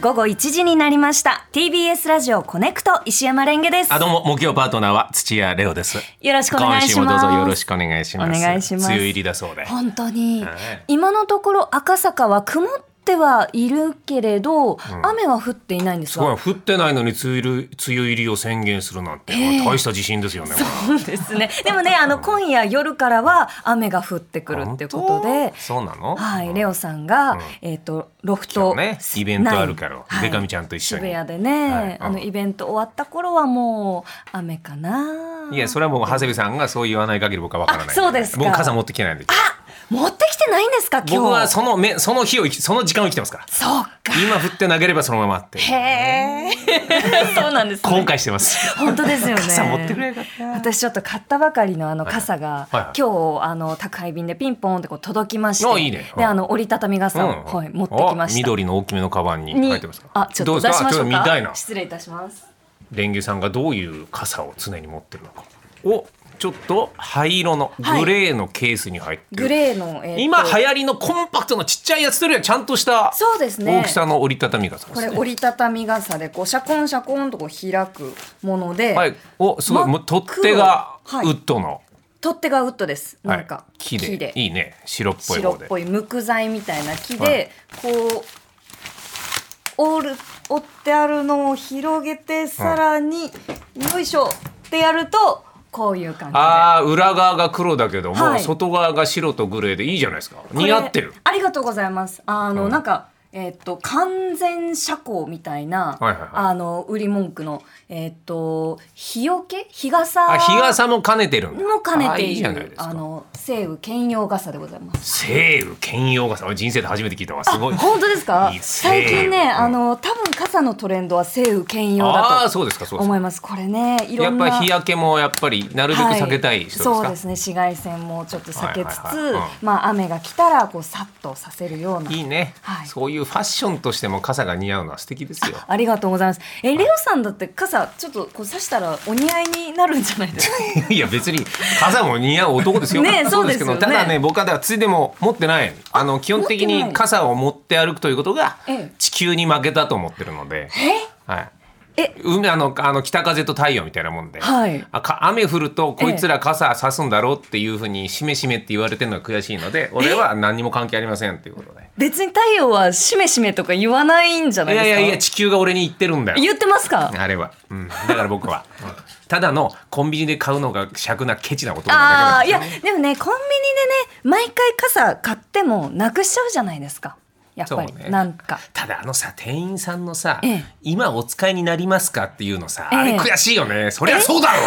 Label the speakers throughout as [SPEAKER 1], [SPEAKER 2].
[SPEAKER 1] 午後1時になりました TBS ラジオコネクト石山レンゲです
[SPEAKER 2] あ、どうも、木曜パートナーは土屋レオです。
[SPEAKER 1] よろしくお願い
[SPEAKER 2] 今
[SPEAKER 1] し
[SPEAKER 2] 週も
[SPEAKER 1] ます
[SPEAKER 2] どうぞよろしくお願いします。
[SPEAKER 1] お願いします
[SPEAKER 2] 梅雨入りだそうで。
[SPEAKER 1] 本当に、
[SPEAKER 2] はい
[SPEAKER 1] 今のところ赤坂は曇ってはいるけれど、雨は降っていないんです
[SPEAKER 2] すご
[SPEAKER 1] が
[SPEAKER 2] い、降ってないのに梅雨入り梅雨入りを宣言するなんて、大した自信ですよね。
[SPEAKER 1] そう ですねでもねあ の今夜夜からは雨が降ってくるってことで
[SPEAKER 2] 本当そうなの
[SPEAKER 1] はい、レオさんが、
[SPEAKER 2] ん
[SPEAKER 1] えっ、とロフ
[SPEAKER 2] 今
[SPEAKER 1] ト、
[SPEAKER 2] 日ね、イベントあるから、
[SPEAKER 1] はい
[SPEAKER 2] デカミちゃんと一緒に。
[SPEAKER 1] 渋谷でね、
[SPEAKER 2] はいうん
[SPEAKER 1] あのイベント終わった頃はもう雨かな。
[SPEAKER 2] いや、それはもう、長谷部さんがそう言わない限り僕はわからない。
[SPEAKER 1] あそうですか
[SPEAKER 2] 僕、傘持ってきてないんで。
[SPEAKER 1] 持ってきてないんですか今日。
[SPEAKER 2] 僕はそのめ、その日を生き、その時間を生きて ますから。
[SPEAKER 1] そうか。
[SPEAKER 2] 今降ってなければそのままって。
[SPEAKER 1] へえ。そうなんです、
[SPEAKER 2] 後
[SPEAKER 1] ね。
[SPEAKER 2] 悔してます。
[SPEAKER 1] 本当ですよね。
[SPEAKER 2] 傘持ってくれよかった。
[SPEAKER 1] 私ちょっと買ったばかりのあの傘が、
[SPEAKER 2] はいはい
[SPEAKER 1] 今日あの宅配便でピンポンってこう届きまして、
[SPEAKER 2] あいいね
[SPEAKER 1] で
[SPEAKER 2] うん
[SPEAKER 1] あの折りたたみ傘を、
[SPEAKER 2] うん
[SPEAKER 1] はい持ってきま
[SPEAKER 2] あ
[SPEAKER 1] した。
[SPEAKER 2] 緑の大きめのカバンに
[SPEAKER 1] に
[SPEAKER 2] 入ってますか。
[SPEAKER 1] あちょっと
[SPEAKER 2] どうで
[SPEAKER 1] 出
[SPEAKER 2] す
[SPEAKER 1] しましょう
[SPEAKER 2] ちょっと見たい
[SPEAKER 1] か
[SPEAKER 2] な。
[SPEAKER 1] 失礼いたします。
[SPEAKER 2] レンゲさんがどういう傘を常に持ってるのか。お、ちょっと灰色の
[SPEAKER 1] はい
[SPEAKER 2] グレーのケースに入ってる。
[SPEAKER 1] グレーの、えーと
[SPEAKER 2] 今流行りのコンパクトのちっちゃいやつよりはちゃんとした
[SPEAKER 1] そうですね
[SPEAKER 2] 大きさの折りたたみ傘で
[SPEAKER 1] こ
[SPEAKER 2] す
[SPEAKER 1] れ
[SPEAKER 2] ね。
[SPEAKER 1] 折りたたみ傘でこうシャコンシャコンとこう開くもので、
[SPEAKER 2] はい。お、すごい。
[SPEAKER 1] 真っ
[SPEAKER 2] もう取っ手がウ
[SPEAKER 1] 黒はい
[SPEAKER 2] ッドの、
[SPEAKER 1] 取っ手がウッドです。なんか、
[SPEAKER 2] はい木でいいね白っぽい
[SPEAKER 1] 白
[SPEAKER 2] 方
[SPEAKER 1] っ
[SPEAKER 2] で。
[SPEAKER 1] ぽい木材みたいな木で、
[SPEAKER 2] はい
[SPEAKER 1] こう折る折ってあるのを広げてさらに、よいしょってやるとこういう感じで。
[SPEAKER 2] ああ裏側が黒だけども、
[SPEAKER 1] はい
[SPEAKER 2] 外側が白とグレーでいいじゃないですか。
[SPEAKER 1] これ
[SPEAKER 2] 似合ってる。
[SPEAKER 1] ありがとうございます。あの、
[SPEAKER 2] うん
[SPEAKER 1] なんか。えっと完全遮光みたいな、
[SPEAKER 2] はいはいはい
[SPEAKER 1] あの売り文句の、えっと日よけ日傘
[SPEAKER 2] あ、日傘も兼ねてるんだ。
[SPEAKER 1] も兼ね
[SPEAKER 2] あー
[SPEAKER 1] て
[SPEAKER 2] いい
[SPEAKER 1] い
[SPEAKER 2] じゃ
[SPEAKER 1] る
[SPEAKER 2] ないです
[SPEAKER 1] あ
[SPEAKER 2] か。
[SPEAKER 1] の西武兼用傘でございます。
[SPEAKER 2] 西武兼用傘俺人生で初めて聞いたわすごい
[SPEAKER 1] 本当ですか
[SPEAKER 2] いい？西武
[SPEAKER 1] 最近
[SPEAKER 2] うん
[SPEAKER 1] ね、あの多分傘のトレンドは西武兼用
[SPEAKER 2] ああー
[SPEAKER 1] だと
[SPEAKER 2] そうですかそうです
[SPEAKER 1] 思
[SPEAKER 2] か
[SPEAKER 1] います。これね、いろ
[SPEAKER 2] やっ
[SPEAKER 1] ん
[SPEAKER 2] ぱ
[SPEAKER 1] な
[SPEAKER 2] り日焼けもやっぱりなるべく
[SPEAKER 1] はい
[SPEAKER 2] 避けたい人ですか、
[SPEAKER 1] そうですね、紫外線もちょっと避けつ
[SPEAKER 2] はいはいはい。
[SPEAKER 1] つ、まあ雨が来たらこうさっとさせるようない
[SPEAKER 2] いね、
[SPEAKER 1] はい
[SPEAKER 2] そういうファッションとしても傘が似合うのは素敵ですよ
[SPEAKER 1] ありがとうございます。え、レオさんだって傘ちょっとこう差したらお似合いになるんじゃないですか？
[SPEAKER 2] いや別に傘も似合う男ですよ。
[SPEAKER 1] ねえそうですよね
[SPEAKER 2] けどただね僕はだからついでも持ってないあの基本的
[SPEAKER 1] 持ってな
[SPEAKER 2] に
[SPEAKER 1] い
[SPEAKER 2] 傘を持って歩くということが
[SPEAKER 1] ええ
[SPEAKER 2] 地球に負けたと思ってるので、はい。
[SPEAKER 1] え
[SPEAKER 2] 海あのあの北風と太陽みたいなもんで、
[SPEAKER 1] はい
[SPEAKER 2] あか雨降るとこいつら傘差すんだろうっていうふうにしめしめって言われてるのが悔しいので俺は何にも関係ありませんっていうことで。
[SPEAKER 1] 別に太陽はしめしめとか言わないんじゃない
[SPEAKER 2] い
[SPEAKER 1] で
[SPEAKER 2] や
[SPEAKER 1] す
[SPEAKER 2] い
[SPEAKER 1] か？
[SPEAKER 2] やいや地球が俺に言ってるんだよ。
[SPEAKER 1] 言ってますか？
[SPEAKER 2] あれは、うん、だから僕 は、うんただのコンビニで買うのが尺なケチなこと
[SPEAKER 1] あ
[SPEAKER 2] な
[SPEAKER 1] あ
[SPEAKER 2] だ
[SPEAKER 1] い
[SPEAKER 2] けな
[SPEAKER 1] や
[SPEAKER 2] んですよ
[SPEAKER 1] でもねコンビニでね毎回傘買ってもなくしちゃうじゃないですかやっぱり、
[SPEAKER 2] そうね
[SPEAKER 1] なんか
[SPEAKER 2] ただあのさ店員さんのさ、
[SPEAKER 1] ええ
[SPEAKER 2] 今お使いになりますかっていうのさ、
[SPEAKER 1] ええ
[SPEAKER 2] あれ悔しいよねそりゃそうだ ろ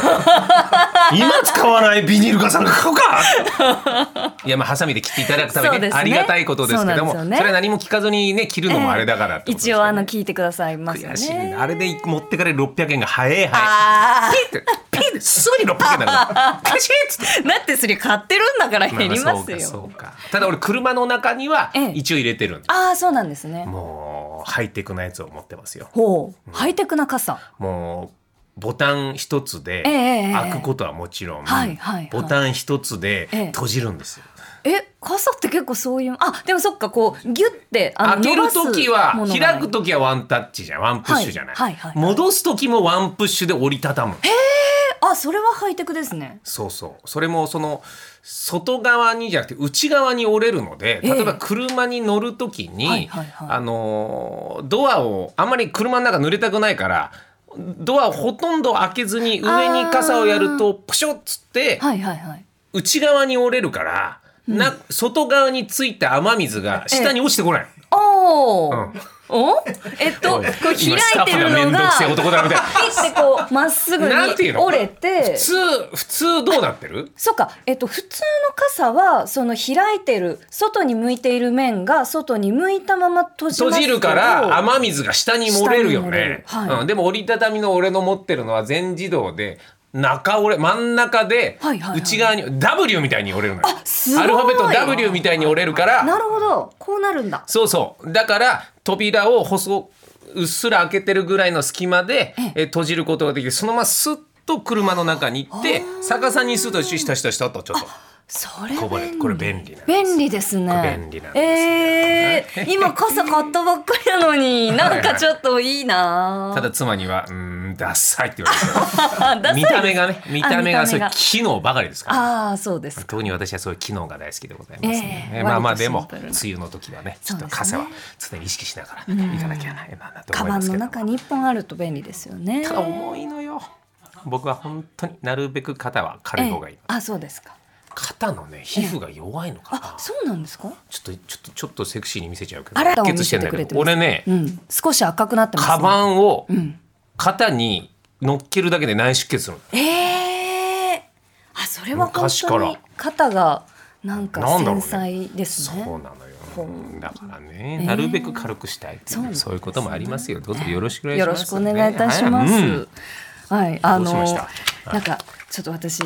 [SPEAKER 2] 今使わないビニール傘なんか買うか いやまあハサミで切っていただくために、
[SPEAKER 1] そうですね
[SPEAKER 2] ありがたいことですけども
[SPEAKER 1] そうな
[SPEAKER 2] そ,、
[SPEAKER 1] んですよね
[SPEAKER 2] れは何も聞かずにね切るのもあれだからってことです
[SPEAKER 1] 一
[SPEAKER 2] よ
[SPEAKER 1] 応
[SPEAKER 2] ね
[SPEAKER 1] あの聞いてくださいますよね
[SPEAKER 2] 悔しいねあれで持ってかれる600円が早い早い
[SPEAKER 1] あ
[SPEAKER 2] ピッてピッてすぐに600円だから悔しいっつって
[SPEAKER 1] ーだってそれ買ってるんだから減り
[SPEAKER 2] まあ
[SPEAKER 1] ま
[SPEAKER 2] そう
[SPEAKER 1] す
[SPEAKER 2] か
[SPEAKER 1] よ、
[SPEAKER 2] そうかただ俺車の中には
[SPEAKER 1] ええ
[SPEAKER 2] 一応入れてるんで、
[SPEAKER 1] ああそうなんですね
[SPEAKER 2] もうハイテクなやつを持ってますよ
[SPEAKER 1] ほうハイテクな傘
[SPEAKER 2] もうボタン一つで
[SPEAKER 1] ええええ
[SPEAKER 2] 開くことはもちろん、
[SPEAKER 1] はいはいはい
[SPEAKER 2] ボタン一つで
[SPEAKER 1] ええ
[SPEAKER 2] 閉じるんですよ、
[SPEAKER 1] え傘って結構そういうあでもそっかこうギュってあ
[SPEAKER 2] 開ける時は
[SPEAKER 1] 伸ばすものがない
[SPEAKER 2] 開く時はワンタッチじゃんワンプッシュじゃない、
[SPEAKER 1] はいはいはい
[SPEAKER 2] 戻す時もワンプッシュで折りたたむ
[SPEAKER 1] あそれはハイテクですね
[SPEAKER 2] そうそうそれもその外側にじゃなくて内側に折れるので
[SPEAKER 1] ええ
[SPEAKER 2] 例えば車に乗る時に、
[SPEAKER 1] はいはいはい
[SPEAKER 2] あのードアをあんまり車の中濡れたくないからドアをほとんど開けずに上に傘をやるとポショッつって、
[SPEAKER 1] はいはいはい
[SPEAKER 2] 内側に折れるから、な外側についた雨水が下に落ちてこない。
[SPEAKER 1] おお、
[SPEAKER 2] うん
[SPEAKER 1] おえっとこう
[SPEAKER 2] 今
[SPEAKER 1] 開いてる
[SPEAKER 2] スタッフが面
[SPEAKER 1] の
[SPEAKER 2] 倒
[SPEAKER 1] が
[SPEAKER 2] くせえ男だみたいな。
[SPEAKER 1] ピッてこうまっすぐに
[SPEAKER 2] なんていうの
[SPEAKER 1] 折れて
[SPEAKER 2] 普通普通どうなってる？
[SPEAKER 1] そうか、えっと、普通の傘はその開いてる外に向いている面が外に向いたまま閉じま
[SPEAKER 2] 閉
[SPEAKER 1] す
[SPEAKER 2] じるから雨水が下に漏れるよ
[SPEAKER 1] 下に漏れる
[SPEAKER 2] ね、
[SPEAKER 1] はい
[SPEAKER 2] うん、でも折りたたみの俺の持ってるのは全自動で中折れ真ん中で
[SPEAKER 1] はいはいはい
[SPEAKER 2] 内側に W みたいに折れるのよ
[SPEAKER 1] あすごい
[SPEAKER 2] アルファベット W みたいに折れるから
[SPEAKER 1] なるほどこうなるんだ
[SPEAKER 2] そうそうだから扉を細うっすら開けてるぐらいの隙間で
[SPEAKER 1] ええ、
[SPEAKER 2] え閉じることができてそのままスッと車の中に行って逆さにすると下下下とちょっと
[SPEAKER 1] それ
[SPEAKER 2] こぼれるこれ便利なんです
[SPEAKER 1] 便利ですね
[SPEAKER 2] 便利なんですよ
[SPEAKER 1] ええー、今傘買ったばっかりなのになんかちょっといいな
[SPEAKER 2] ただ妻には「うーんダサい」って言わ れてる
[SPEAKER 1] だ
[SPEAKER 2] 見た目がね見た目がそうい
[SPEAKER 1] あ
[SPEAKER 2] う機能ばかりですから
[SPEAKER 1] ああそうですか
[SPEAKER 2] 特に私はそういう機能が大好きでございますね、
[SPEAKER 1] ええ
[SPEAKER 2] まあまあ
[SPEAKER 1] 割と
[SPEAKER 2] でも
[SPEAKER 1] シンプル
[SPEAKER 2] 梅
[SPEAKER 1] な
[SPEAKER 2] 雨の時はねちょっと
[SPEAKER 1] そ
[SPEAKER 2] 傘
[SPEAKER 1] うで
[SPEAKER 2] は
[SPEAKER 1] すね
[SPEAKER 2] 常に意識しながら行かなきゃならないなと
[SPEAKER 1] カ
[SPEAKER 2] 思い
[SPEAKER 1] バ
[SPEAKER 2] ま
[SPEAKER 1] ン
[SPEAKER 2] す
[SPEAKER 1] の
[SPEAKER 2] けど
[SPEAKER 1] 中に一本あると便利ですよね
[SPEAKER 2] ただ重いのよ僕は本当になるべく肩は軽い方がいい、
[SPEAKER 1] ええあそうですか
[SPEAKER 2] 肩のね皮膚が弱いのかな
[SPEAKER 1] あ、そうなんですか
[SPEAKER 2] ちょっとちょっとちょっとセクシーに見せちゃうけど
[SPEAKER 1] あら
[SPEAKER 2] 熱血してんだ
[SPEAKER 1] 見せてくれ
[SPEAKER 2] け
[SPEAKER 1] て
[SPEAKER 2] ど
[SPEAKER 1] ます
[SPEAKER 2] 俺ね、
[SPEAKER 1] うん少し赤くなってますね
[SPEAKER 2] カバンを
[SPEAKER 1] うん
[SPEAKER 2] 肩に乗っけるだけで内出血するの
[SPEAKER 1] ええあそれは本
[SPEAKER 2] 昔か
[SPEAKER 1] 当
[SPEAKER 2] ら
[SPEAKER 1] に肩がなんか
[SPEAKER 2] なんだろう
[SPEAKER 1] 繊
[SPEAKER 2] ね
[SPEAKER 1] 細ですね
[SPEAKER 2] そうなのよ
[SPEAKER 1] ほう
[SPEAKER 2] うんだからね、なるべく軽くしたいってい
[SPEAKER 1] そうなん
[SPEAKER 2] う
[SPEAKER 1] ですね
[SPEAKER 2] そういうこともありますよどうぞよろしくお願いし
[SPEAKER 1] よ
[SPEAKER 2] ま
[SPEAKER 1] ろ
[SPEAKER 2] す、
[SPEAKER 1] しくお願いいたしま
[SPEAKER 2] は
[SPEAKER 1] す。はい、あ
[SPEAKER 2] どうし
[SPEAKER 1] の
[SPEAKER 2] ましたは、
[SPEAKER 1] なんか、ちょっと私、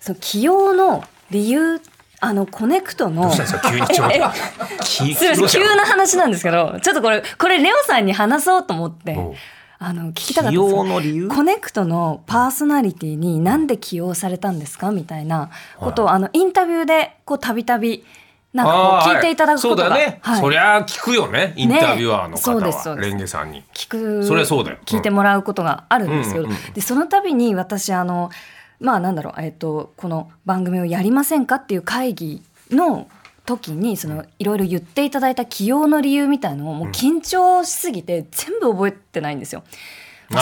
[SPEAKER 1] その起用の理由、あのコネクトの。
[SPEAKER 2] どうしたんですか急にちょっと
[SPEAKER 1] ええ
[SPEAKER 2] き
[SPEAKER 1] すみ
[SPEAKER 2] ど
[SPEAKER 1] ま
[SPEAKER 2] うし
[SPEAKER 1] せん、急
[SPEAKER 2] たの
[SPEAKER 1] な話なんですけど、ちょっとこれ、これレオさんに話そうと思って
[SPEAKER 2] おう。
[SPEAKER 1] あの、聞きたかった
[SPEAKER 2] 起
[SPEAKER 1] んですよ
[SPEAKER 2] 用の理由
[SPEAKER 1] コネクトのパーソナリティになんで起用されたんですかみたいなことを、あのインタビューで、こうたびたび。なんか
[SPEAKER 2] あ
[SPEAKER 1] こう
[SPEAKER 2] ー
[SPEAKER 1] 聞いていただくことが、
[SPEAKER 2] はいそうだね、
[SPEAKER 1] はい
[SPEAKER 2] そりゃ聞くよねインタビュアーの方
[SPEAKER 1] そうですそ
[SPEAKER 2] は、
[SPEAKER 1] うです
[SPEAKER 2] レンゲさんに
[SPEAKER 1] 聞く
[SPEAKER 2] そりゃそうだよ
[SPEAKER 1] 聞いてもらうことがあるんですけど、
[SPEAKER 2] うんうんうん
[SPEAKER 1] でその度に私あのまあなんだろう、えっとこの番組をやりませんかっていう会議の時にそのいろいろ言っていただいた起用の理由みたいのをもう緊張しすぎて全部覚えてないんですよ。忘れち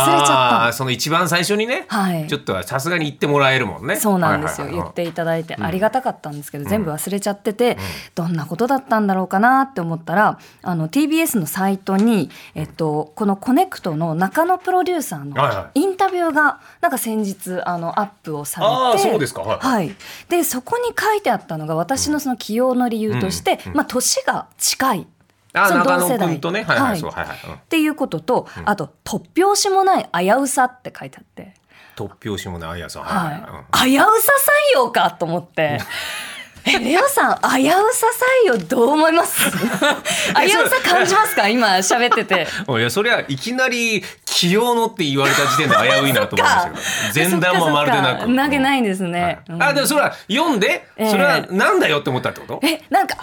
[SPEAKER 1] ゃ
[SPEAKER 2] あー
[SPEAKER 1] っ
[SPEAKER 2] その一番最初にね、
[SPEAKER 1] たの。はい
[SPEAKER 2] ちょ。っとはさすがに言ってもらえるもんね
[SPEAKER 1] そうなんですよ、
[SPEAKER 2] はいはいはい
[SPEAKER 1] 言っていただいてありがたかったんですけど、全部忘れちゃってて、どんなことだったんだろうかなって思ったらあの TBS のサイトに、えっと、このコネクトの中野プロデューサー
[SPEAKER 2] はいは
[SPEAKER 1] のインタビューがなんか先日あのアップをされて
[SPEAKER 2] ああそうですかはい
[SPEAKER 1] はい、でそこに書いてあったのが私のその起用の理由として、まあ、年が近い。
[SPEAKER 2] あ
[SPEAKER 1] そ
[SPEAKER 2] ー
[SPEAKER 1] の
[SPEAKER 2] 中
[SPEAKER 1] 同世
[SPEAKER 2] 野
[SPEAKER 1] 代
[SPEAKER 2] 君とねはいはい、
[SPEAKER 1] はい
[SPEAKER 2] そうはいはい、うん
[SPEAKER 1] っていうことと、あと突拍子もない危うさって書いてあって、
[SPEAKER 2] 突拍子もないやさん、はいはいはい
[SPEAKER 1] はい、危うさ採用かと思って。え レオさん危うさ採用どう思います 危うさ感じますか今喋ってて
[SPEAKER 2] うんいやそりゃいきなり「起用の」って言われた時点で危ういなと思いましたけど 前段もまるでな
[SPEAKER 1] そっかそ
[SPEAKER 2] く
[SPEAKER 1] っか投げないいんですね、うん
[SPEAKER 2] あでもそれは読んで、
[SPEAKER 1] ええ
[SPEAKER 2] それはなんだよって思ったってこと
[SPEAKER 1] えなんか危う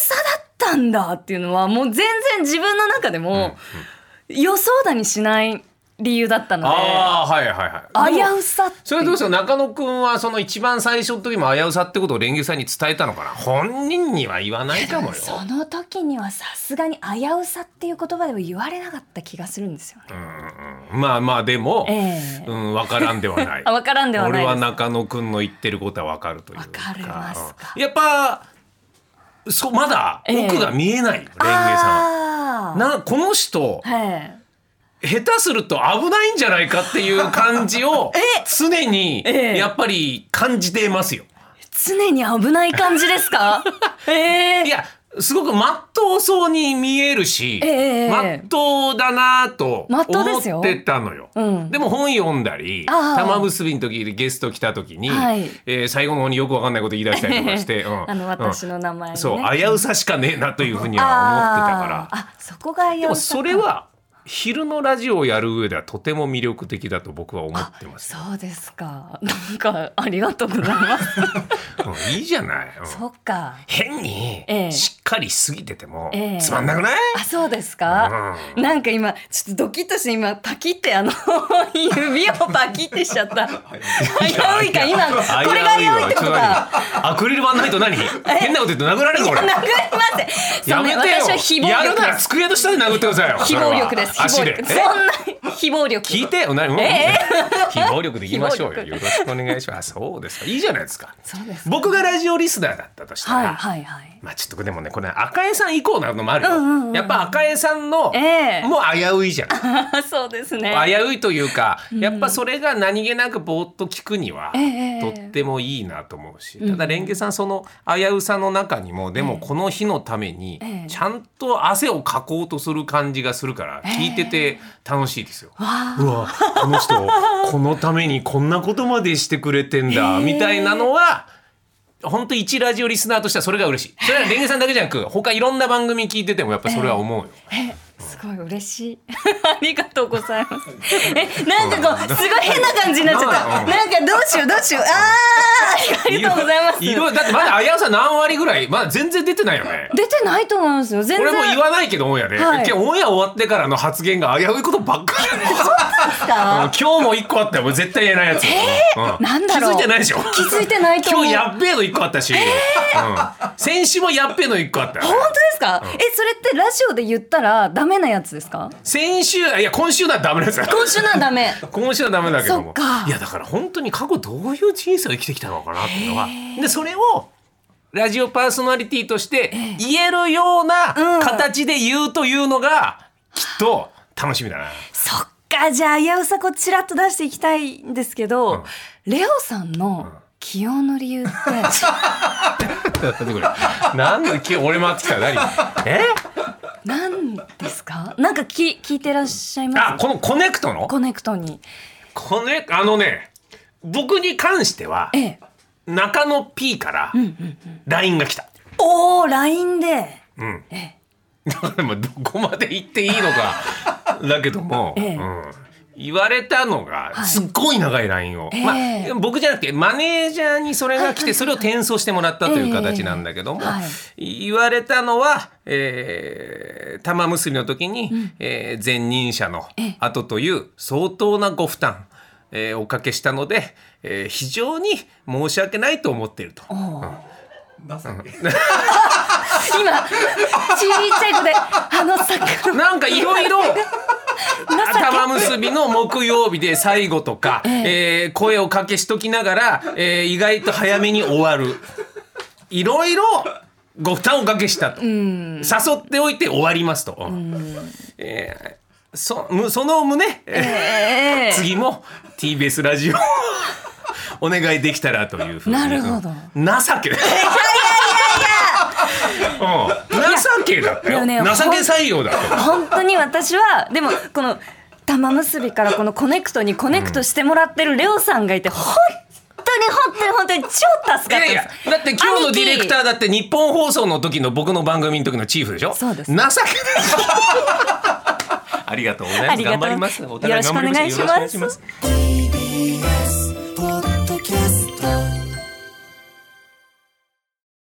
[SPEAKER 1] さだったんだっていうのはもう全然自分の中でも予想だにしない理由だったの
[SPEAKER 2] ああはいはいはい
[SPEAKER 1] で
[SPEAKER 2] でも
[SPEAKER 1] 危うさっていう
[SPEAKER 2] それはどうですか中野くんはその一番最初の時も危うさってことをレンゲさんに伝えたのかな本人には言わないかもよ
[SPEAKER 1] その時にはさすがに危うさっていう言葉では言われなかった気がするんですよね、
[SPEAKER 2] うんまあまあでも、
[SPEAKER 1] ええ
[SPEAKER 2] うん、分からんで はない
[SPEAKER 1] あ分からんではないです
[SPEAKER 2] 俺は中野くんの言ってることは分かるという
[SPEAKER 1] 分かりますか
[SPEAKER 2] うんやっぱそうまだ
[SPEAKER 1] ええ
[SPEAKER 2] 奥が見えない、レンゲさ
[SPEAKER 1] あ
[SPEAKER 2] ん
[SPEAKER 1] ー
[SPEAKER 2] なこの人
[SPEAKER 1] はい
[SPEAKER 2] 下手すると危ないんじゃないかっていう感じ を常に
[SPEAKER 1] ええ
[SPEAKER 2] やっぱり感じてますよ。
[SPEAKER 1] 常に危ない感じですかええ
[SPEAKER 2] いやすごくまっとうそうに見えるし、
[SPEAKER 1] ええ
[SPEAKER 2] まっとうだなと
[SPEAKER 1] 真
[SPEAKER 2] 思
[SPEAKER 1] っ当ですよ
[SPEAKER 2] ってたのよ。
[SPEAKER 1] うん
[SPEAKER 2] でも本読んだり
[SPEAKER 1] ああ
[SPEAKER 2] 玉結びの時にゲスト来た時に、
[SPEAKER 1] はい
[SPEAKER 2] えー最後の方によくわかんないこと言い出したりとかして、うん
[SPEAKER 1] あの私の名前ね、
[SPEAKER 2] うんそう危うさしかねえなというふうには思ってたから
[SPEAKER 1] あーあそこが危うさ
[SPEAKER 2] でも
[SPEAKER 1] か
[SPEAKER 2] それは昼のラジオをやる上ではとても魅力的だと僕は思ってます。
[SPEAKER 1] そうですかなんかありがとうございます
[SPEAKER 2] うんいいじゃない。うん
[SPEAKER 1] そっか
[SPEAKER 2] 変に
[SPEAKER 1] ええ
[SPEAKER 2] しっかりしすぎてても
[SPEAKER 1] ええ
[SPEAKER 2] つまんなくない、
[SPEAKER 1] あそうですか、なんか今ちょっとドキッとして今パキってあの 指をパキってしちゃ った危ういか今これが危ういってことか
[SPEAKER 2] アクリル板ないと何変なこと言って殴られるの俺
[SPEAKER 1] 殴りません
[SPEAKER 2] や
[SPEAKER 1] そんな
[SPEAKER 2] めてよ
[SPEAKER 1] 私は非暴
[SPEAKER 2] やる
[SPEAKER 1] 力
[SPEAKER 2] な
[SPEAKER 1] で
[SPEAKER 2] ら
[SPEAKER 1] す
[SPEAKER 2] 机の下で殴ってくださいよ
[SPEAKER 1] 非暴力です
[SPEAKER 2] それは
[SPEAKER 1] 非暴
[SPEAKER 2] 足で
[SPEAKER 1] 力そ
[SPEAKER 2] え
[SPEAKER 1] んな非暴力
[SPEAKER 2] 聞いてよ何も
[SPEAKER 1] え
[SPEAKER 2] 非暴力でいきましょうよ
[SPEAKER 1] 非暴
[SPEAKER 2] よろしくお願いしますあそうですかいいじゃないですか
[SPEAKER 1] そうですか
[SPEAKER 2] 僕がラジオリスナーだったとした
[SPEAKER 1] はい
[SPEAKER 2] ら
[SPEAKER 1] はいはい
[SPEAKER 2] まあちょっとでもねこれ赤江さん以降なのもある
[SPEAKER 1] うんうんうん
[SPEAKER 2] よやっぱ赤江さんの
[SPEAKER 1] ええ
[SPEAKER 2] もう危ういじゃん
[SPEAKER 1] あ そうですね。
[SPEAKER 2] 危ういというか、やっぱそれが何気なくぼーっと聞くには、
[SPEAKER 1] ええ
[SPEAKER 2] とってもいいなと思うし、ただレンゲさんその危うさの中にもでもこの日のために
[SPEAKER 1] ええ
[SPEAKER 2] ちゃんと汗をかこうとする感じがするから聞いてて楽しいですよ。
[SPEAKER 1] わ
[SPEAKER 2] うわこの人このためにこんなことまでしてくれてんだ
[SPEAKER 1] ええ
[SPEAKER 2] みたいなのは本当一ラジオリスナーとしてはそれが嬉しいそれはレンゲさんだけじゃなく他いろんな番組聞いててもやっぱそれは思うよ。
[SPEAKER 1] え、すごい嬉しい。 ありがとうございます。 え、なんかこう、すごい変な感じになっちゃった。
[SPEAKER 2] うん
[SPEAKER 1] なんかどうしようどうしよう。ああ、ありがとうございます。
[SPEAKER 2] いろいろだってまだ危うさ何割ぐらいまだ全然出てないよね
[SPEAKER 1] 出てないと思いますよ。全然。
[SPEAKER 2] 俺も言わないけどオンエアで、
[SPEAKER 1] はい
[SPEAKER 2] 今日オンエア終わってからの発言が危ういことばっかりだね
[SPEAKER 1] ですか
[SPEAKER 2] うん今日も一個あったよ俺絶対言えないやつ、うん
[SPEAKER 1] なんだろう
[SPEAKER 2] 気づいてないでしょ
[SPEAKER 1] 気づいてないと思う。
[SPEAKER 2] 今日やっべえの一個あったし、うん、先週もやっべえの一個あったよ
[SPEAKER 1] 本当ですか、え、それってラジオで言ったらダメなやつですか
[SPEAKER 2] 先週いや今週ならダメなやつだ
[SPEAKER 1] 今週ならダメ。
[SPEAKER 2] 今週はダメだけど
[SPEAKER 1] そっ
[SPEAKER 2] も
[SPEAKER 1] か
[SPEAKER 2] いやだから本当に過去どういう人生を生きてきたのかなっていうのはでそれをラジオパーソナリティとして言えるよう
[SPEAKER 1] う
[SPEAKER 2] なん形で言うというのがきっと楽しみだな、
[SPEAKER 1] そっか、じゃあ、やうさこちらっと出していきたいんですけど、レオさんの起用の理由 って、
[SPEAKER 2] なんでき俺回ってきたら何え
[SPEAKER 1] 何ですかなんかき聞いてらっしゃい
[SPEAKER 2] あ
[SPEAKER 1] ます
[SPEAKER 2] このコネクトの
[SPEAKER 1] コネクトに。
[SPEAKER 2] コネあのね僕に関しては
[SPEAKER 1] ええ。
[SPEAKER 2] 中野 P から LINE が来た。
[SPEAKER 1] おー、LINE で。
[SPEAKER 2] うん
[SPEAKER 1] え
[SPEAKER 2] だから まあどこまで行っていいのかだけども、
[SPEAKER 1] ええ
[SPEAKER 2] うん、言われたのが
[SPEAKER 1] い
[SPEAKER 2] すっごい長い LINE を、
[SPEAKER 1] ええ
[SPEAKER 2] まあ、僕じゃなくてマネージャーにそれが来てそれを転送してもらったという形なんだけども、
[SPEAKER 1] ええはい
[SPEAKER 2] 言われたのは、えー玉結びの時に、えー前任者の
[SPEAKER 1] ええ
[SPEAKER 2] 後という相当なご負担、えーおかけしたので、えー非常に申し訳ないと思っていると。
[SPEAKER 1] おー
[SPEAKER 3] まさに。
[SPEAKER 1] 今、ちいちゃい子で、あの、さっきの、
[SPEAKER 2] なんかいろいろ
[SPEAKER 1] 情
[SPEAKER 2] 玉結びの木曜日で最後とか、えー声をかけしときながら、えー意外と早めに終わるいろいろご負担をおかけしたと、誘っておいて終わりますと、えーそむその旨、
[SPEAKER 1] け、ええ
[SPEAKER 2] 次も TBS ラジオを お願いできたらというふうに
[SPEAKER 1] なるほど
[SPEAKER 2] うん情けだいやいやいや、 うん、情けだったよ、
[SPEAKER 1] いやね
[SPEAKER 2] 情け採用だったよ
[SPEAKER 1] 本当に私はでもこの玉結びからこのコネクトにコネクトしてもらってるレオさんがいて本当に本当に本当に超助かった
[SPEAKER 2] いやいやだって今日のディレクタ
[SPEAKER 1] ー
[SPEAKER 2] ーだって日本放送の時の僕の番組の時のチーフでしょ
[SPEAKER 1] そうです
[SPEAKER 2] 情けない ありがとうござい
[SPEAKER 1] あ
[SPEAKER 2] ます
[SPEAKER 1] りがとう
[SPEAKER 2] 頑張ります
[SPEAKER 1] よ
[SPEAKER 2] お
[SPEAKER 1] ろ
[SPEAKER 2] 互い
[SPEAKER 1] しくお
[SPEAKER 2] 頑張り
[SPEAKER 1] 願い
[SPEAKER 2] よ
[SPEAKER 1] し
[SPEAKER 2] ろ
[SPEAKER 1] ます
[SPEAKER 2] しくお願いします